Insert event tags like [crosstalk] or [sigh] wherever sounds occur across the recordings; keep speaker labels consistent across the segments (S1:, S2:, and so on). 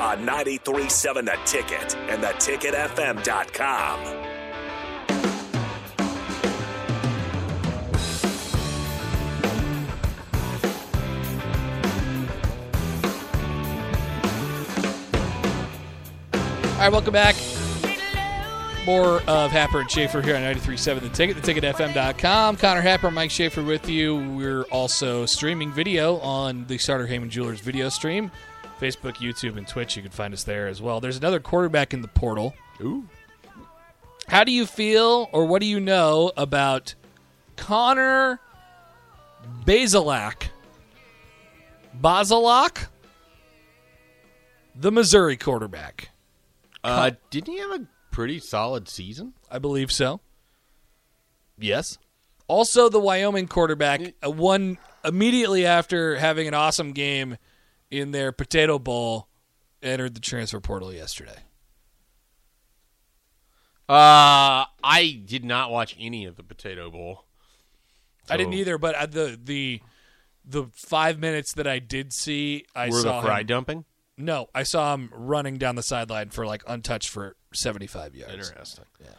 S1: on 937 The Ticket and theticketfm.com.
S2: All right, welcome back. More of Happer and Schaefer here on 93.7 The Ticket, theticketfm.com. Connor Happer, Mike Schaefer with you. We're also streaming video on the Starter Heyman Jewelers video stream. Facebook, YouTube, and Twitch. You can find us there as well. There's another quarterback in the portal. Ooh. How do you feel or what do you know about Connor Basilak? Basilak? The Missouri quarterback.
S3: Uh, didn't he have a pretty solid season?
S2: I believe so.
S3: Yes.
S2: Also, the Wyoming quarterback uh, won immediately after having an awesome game in their Potato Bowl, entered the transfer portal yesterday.
S3: Uh, I did not watch any of the Potato Bowl.
S2: I didn't
S3: So,
S2: either, but I, the the the five minutes that I did see, I
S3: Were
S2: saw
S3: the fry
S2: him,
S3: dumping?
S2: no, I saw him running down the sideline for like untouched for seventy five yards.
S3: Interesting. Yeah.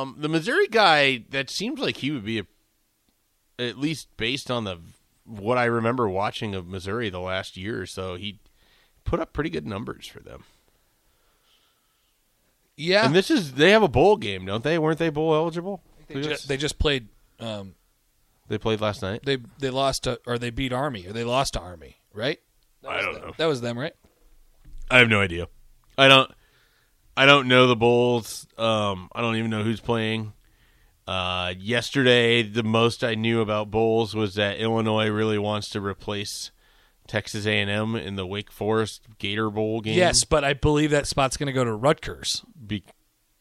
S3: Um, the Missouri guy that seems like he would be a, at least based on the what I remember watching of Missouri the last year or so, he put up pretty good numbers for them.
S2: Yeah,
S3: And this is they have a bowl game, don't they? Weren't they bowl eligible?
S2: they, ju- they just played. Um,
S3: They played last night.
S2: they they lost to, or they beat Army or they lost to Army, right?
S3: I don't know.
S2: That was them, right?
S3: I have no idea. I don't. I don't know the Bulls. Um, I don't even know who's playing. Uh, yesterday, the most I knew about Bulls was that Illinois really wants to replace Texas A&M in the Wake Forest Gator Bowl game.
S2: Yes, but I believe that spot's going to go to Rutgers.
S3: Be-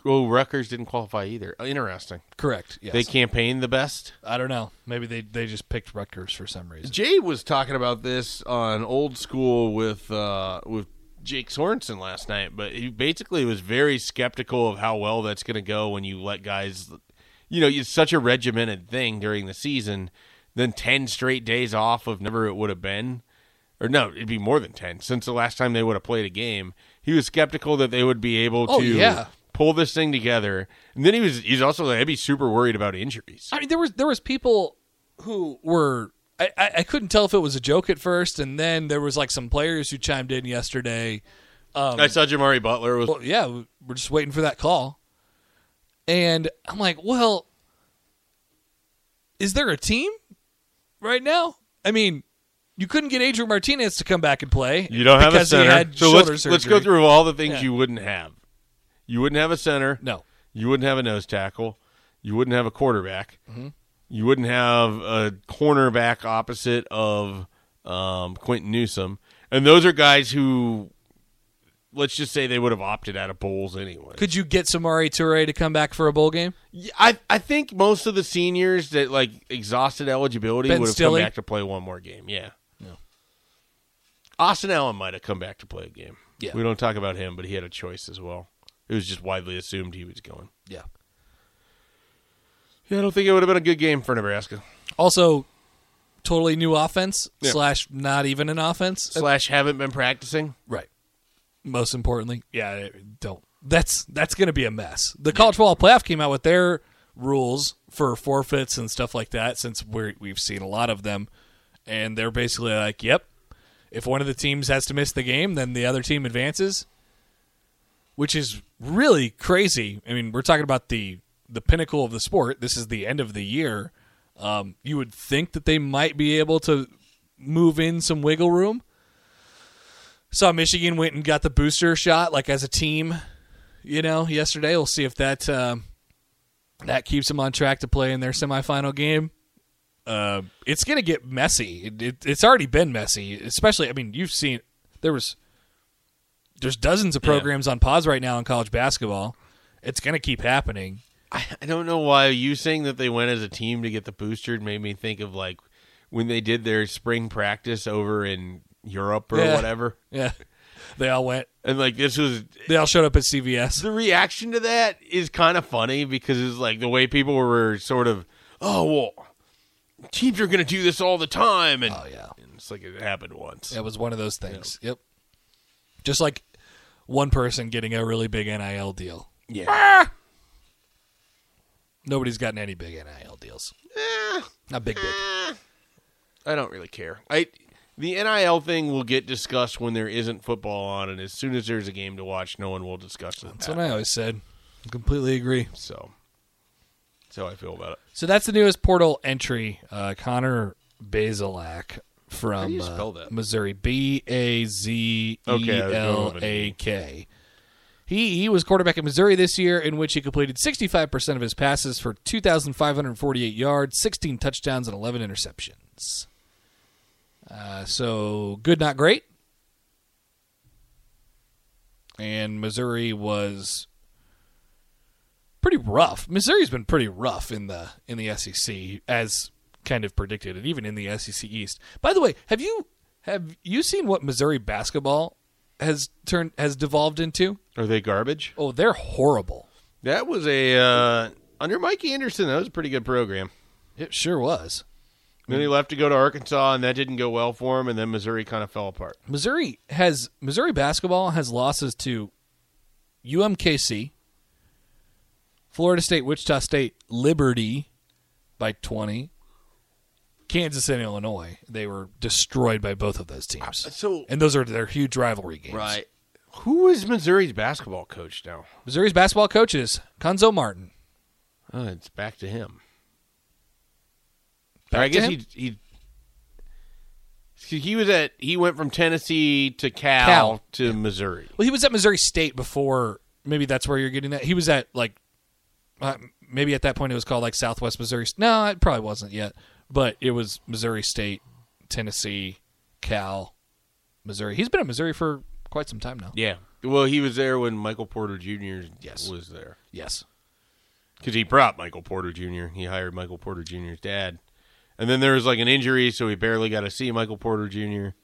S3: well, Rutgers didn't qualify either. Uh, Interesting.
S2: Correct. Yes.
S3: They campaigned the best.
S2: I don't know. Maybe they, they just picked Rutgers for some reason.
S3: Jay was talking about this on Old School with uh, with Jake Sorensen last night, but he basically was very skeptical of how well that's going to go when you let guys, you know, it's such a regimented thing during the season, then ten straight days off of never it would have been, or no, it'd be more than ten since the last time they would have played a game. He was skeptical that they would be able
S2: Oh,
S3: to
S2: yeah.
S3: pull this thing together, and then he was he's also like, I'd be super worried about injuries.
S2: I mean, there was there was people who were I, I, I couldn't tell if it was a joke at first, and then there was like some players who chimed in yesterday. Um,
S3: I saw Jamari Butler was
S2: Well, yeah, we're just waiting for that call, and I'm like, well, is there a team right now? I mean, you couldn't get Adrian Martinez to come back and play.
S3: You don't have a
S2: because he
S3: center.
S2: had
S3: so
S2: shoulder
S3: let's let's
S2: surgery.
S3: go through all the things
S2: Yeah.
S3: you wouldn't have. You wouldn't have a center.
S2: No,
S3: You wouldn't have a nose tackle. You wouldn't have a quarterback.
S2: Mm-hmm.
S3: You wouldn't have a cornerback opposite of um, Quentin Newsom. And those are guys who, let's just say, they would have opted out of bowls anyway.
S2: could you get Samari Toure to come back for a bowl game?
S3: Yeah, I I think most of the seniors that like exhausted eligibility
S2: Ben
S3: would have
S2: Stilley?
S3: come back to play one more game. Yeah. Austin Allen might have come back to play a game.
S2: Yeah.
S3: We don't talk about him, but he had a choice as well. It was just widely assumed he was going.
S2: Yeah.
S3: Yeah, I don't think it would have been a good game for
S2: Uh,
S3: Nebraska.
S2: Also, totally new offense
S3: Yeah.
S2: slash not even an offense.
S3: Slash haven't been practicing.
S2: Right. Most importantly, yeah, I don't. That's that's going to be a mess. The college football playoff came out with their rules for forfeits and stuff like that. Since we we've seen a lot of them, and they're basically like, "Yep, if one of the teams has to miss the game, then the other team advances," which is really crazy. I mean, we're talking about the the pinnacle of the sport. This is the end of the year. Um, you would think that they might be able to move in some wiggle room saw Michigan went and got the booster shot like as a team, you know, yesterday. We'll see if that um that keeps them on track to play in their semifinal game. Uh, it's going to get messy. It, it, it's already been messy, especially. I mean, you've seen there was there's dozens of programs on pause right now in college basketball. It's going to keep happening.
S3: I, I don't know why you saying that they went as a team to get the booster made me think of like when they did their spring practice over in Europe or
S2: Yeah.
S3: whatever.
S2: Yeah, they all went.
S3: And like this was
S2: They all showed up at CVS.
S3: the reaction to that is kind of funny because it's like the way people were sort of, oh well, teams are going to do this all the time, and
S2: Oh yeah.
S3: and it's like it happened once.
S2: It was one of those things. Yep. Just like one person getting a really big NIL deal.
S3: Yeah.
S2: Nobody's gotten any big NIL deals. Not big, big.
S3: I don't really care. I the NIL thing will get discussed when there isn't football on, and as soon as there's a game to watch, no one will discuss it.
S2: That's what I always said. I completely agree.
S3: so that's how I feel about it.
S2: So that's the newest portal entry. Uh, Connor Basilak from
S3: do you
S2: uh,
S3: spell that?
S2: Missouri. B A Z E
S3: Okay, I was going
S2: L
S3: with an
S2: A
S3: E.
S2: K. He, he was quarterback at Missouri this year, in which he completed 65% of his passes for 2,548 yards, 16 touchdowns, and 11 interceptions. Uh, so good, not great. And Missouri was pretty rough. Missouri's been pretty rough in the in the SEC as kind of predicted, and even in the SEC East. By the way, have you have you seen what Missouri basketball has turned has devolved into?
S3: Are they garbage?
S2: Oh, they're horrible.
S3: That was a uh, under Mike Anderson. That was a pretty good program.
S2: It sure was.
S3: Then
S2: Mm.
S3: he left to go to Arkansas, and that didn't go well for him. And then Missouri kind of fell apart.
S2: Missouri has Missouri basketball has losses to UMKC, Florida State, Wichita State, Liberty by 20, Kansas and Illinois. They were destroyed by both of those teams.
S3: so-
S2: and those are their huge rivalry games.
S3: Who is Missouri's basketball coach now?
S2: Missouri's basketball coach is Conzo Martin.
S3: Uh, it's back to him.
S2: Back
S3: I
S2: to
S3: guess
S2: him?
S3: he he. see, He was at he went from Tennessee to Cal,
S2: Cal.
S3: to Missouri.
S2: Well, he was at Missouri State before. Maybe that's where you're getting that. He was at like, uh, maybe at that point it was called like Southwest Missouri. No, it probably wasn't yet, but it was Missouri State, Tennessee, Cal, Missouri. He's been at Missouri for quite some time now.
S3: Yeah. Well, he was there when Michael Porter Jr.
S2: Yes.
S3: was there
S2: Yes.
S3: because he brought Michael Porter Jr. He hired Michael Porter Jr.'s dad, and then there was like an injury, so he barely got to see Michael Porter Jr.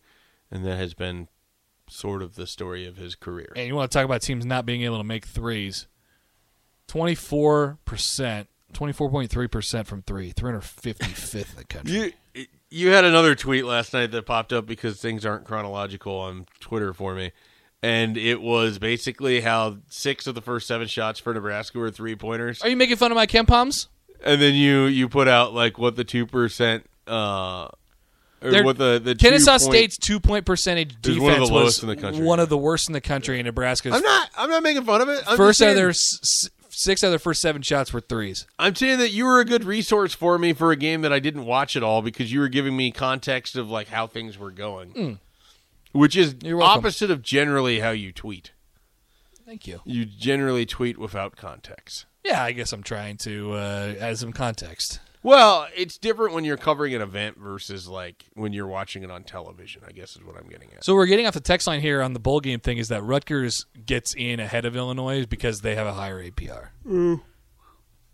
S3: And that has been sort of the story of his career.
S2: And you want to talk about teams not being able to make threes? Twenty four percent, twenty four point three percent from three, three hundred fifty fifth in the country.
S3: You you had another tweet last night that popped up because things aren't chronological on Twitter for me, and it was basically how six of the first seven shots for Nebraska were three pointers,
S2: Are you making fun of my Ken Palms?
S3: and then you you put out like what the two percent. Uh, or
S2: They're-
S3: what the the
S2: Kennesaw
S3: two point-
S2: State's two point percentage
S3: Is
S2: defense
S3: one of the
S2: was
S3: lowest in the country.
S2: one of the worst in the country, and Nebraska's
S3: I'm not. I'm not making fun of it. I'm
S2: first
S3: just
S2: out
S3: saying,
S2: of their s- s- six out of their first seven shots were threes.
S3: I'm saying that you were a good resource for me for a game that I didn't watch at all because you were giving me context of like how things were going, which is
S2: Hmm. You're welcome.
S3: opposite of generally how you tweet.
S2: Thank you.
S3: you generally tweet without context.
S2: Yeah, I guess I'm trying to uh, add some context.
S3: Well, it's different when you're covering an event versus like when you're watching it on television, I guess is what I'm getting at.
S2: So we're getting off the text line here on the bowl game thing is that Rutgers gets in ahead of Illinois because they have a higher APR.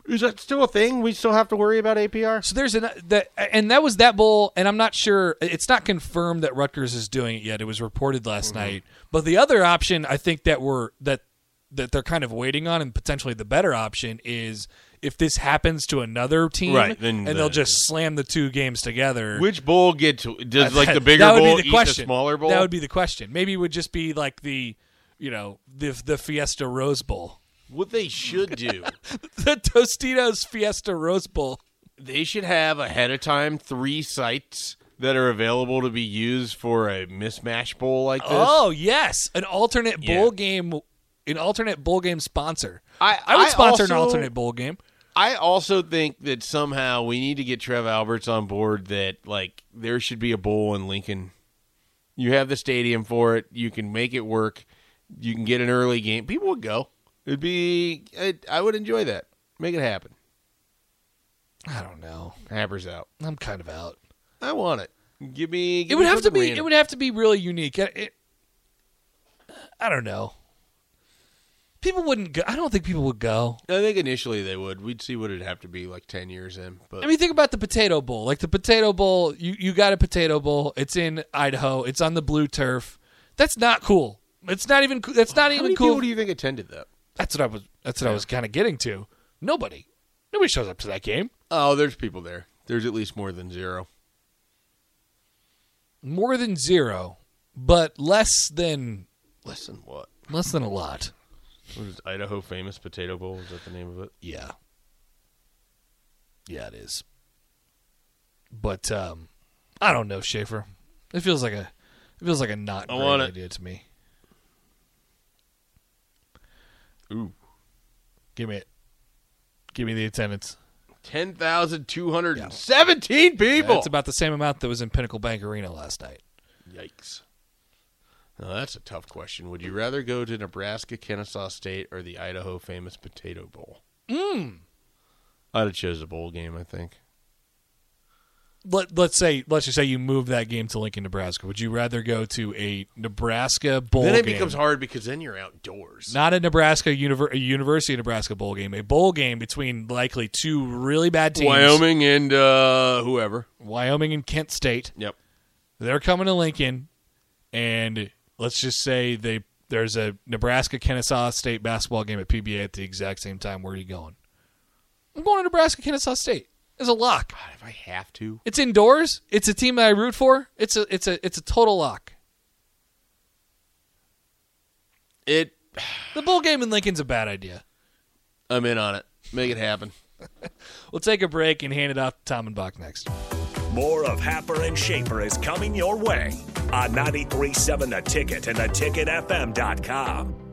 S3: Is that still a thing? We still have to worry about APR?
S2: So there's an that and that was that bowl, and I'm not sure it's not confirmed that Rutgers is doing it yet. It was reported last
S3: Mm-hmm.
S2: night. But the other option I think that we're that that they're kind of waiting on and potentially the better option is if this happens to another team
S3: Right, then
S2: and
S3: the-
S2: they'll just slam the two games together.
S3: Which bowl gets does like the
S2: That-
S3: bigger
S2: that would
S3: bowl
S2: be the
S3: eat
S2: question.
S3: the smaller bowl?
S2: That would be the question. Maybe it would just be like the you know, the the Fiesta Rose Bowl. [laughs]
S3: what they should do.
S2: The Tostitos Fiesta Rose Bowl.
S3: they should have ahead of time three sites that are available to be used for a mismatch bowl like this.
S2: Oh yes, an alternate
S3: Yeah.
S2: bowl game, an alternate bowl game sponsor.
S3: I-
S2: I would
S3: I
S2: sponsor an
S3: also-
S2: alternate bowl game.
S3: I also think that somehow we need to get Trev Alberts on board that like there should be a bowl in Lincoln. You have the stadium for it. You can make it work. You can get an early game. People would go. It'd be. i I would enjoy that. Make it happen.
S2: I don't know.
S3: Haber's out.
S2: I'm kind of out.
S3: I want it. Give me. Give
S2: It would
S3: me
S2: have to
S3: something
S2: be.
S3: random.
S2: It would have to be really unique. It, it- I don't know. People wouldn't go. I don't think people would go.
S3: I think initially they would. We'd see what it'd have to be like ten years in. But
S2: I mean, think about the potato bowl. Like the potato bowl, you, you got a potato bowl. It's in Idaho. It's on the blue turf. That's not cool. It's not even. coo- That's not
S3: how
S2: even
S3: many
S2: cool.
S3: people do you think attended that?
S2: that's what I was. That's what I was kind of getting to. Nobody. Nobody shows up to that game.
S3: Oh, there's people there. There's at least more than zero.
S2: More than zero, but less than
S3: Less than what?
S2: less than a lot.
S3: What is Idaho famous potato bowl? Is that the name of it?
S2: Yeah. Yeah, it is. But um I don't know, Schaefer. It feels like a it feels like a not
S3: I
S2: great
S3: want it.
S2: idea to me.
S3: Ooh,
S2: Give me it. Give me the attendance.
S3: ten thousand two hundred and seventeen people.
S2: That's about the same amount that was in Pinnacle Bank Arena last night.
S3: Yikes. Now that's a tough question. Would you rather go to Nebraska, Kennesaw State, or the Idaho famous Potato Bowl?
S2: Hmm.
S3: Mm. I'd have chose a bowl game. I think.
S2: Let, let's say let's just say you move that game to Lincoln, Nebraska. Would you rather go to a Nebraska bowl
S3: then it
S2: game?
S3: becomes hard because then you're outdoors.
S2: not a Nebraska univer- a University of Nebraska bowl game, a bowl game between likely two really bad teams,
S3: Wyoming and uh, whoever.
S2: Wyoming and Kent State.
S3: Yep.
S2: they're coming to Lincoln, and let's just say they there's a Nebraska Kennesaw State basketball game at PBA at the exact same time. Where are you going? I'm going to Nebraska Kennesaw State. It's a lock.
S3: If I have to,
S2: It's indoors. It's a team that I root for. It's a it's a it's a total lock.
S3: it.
S2: The bowl game in Lincoln's a bad idea.
S3: I'm in on it. Make it happen.
S2: We'll take a break and hand it off to Tom and Bach next.
S1: More of Happer and Shaper is coming your way on 937 The Ticket and theticketfm.com.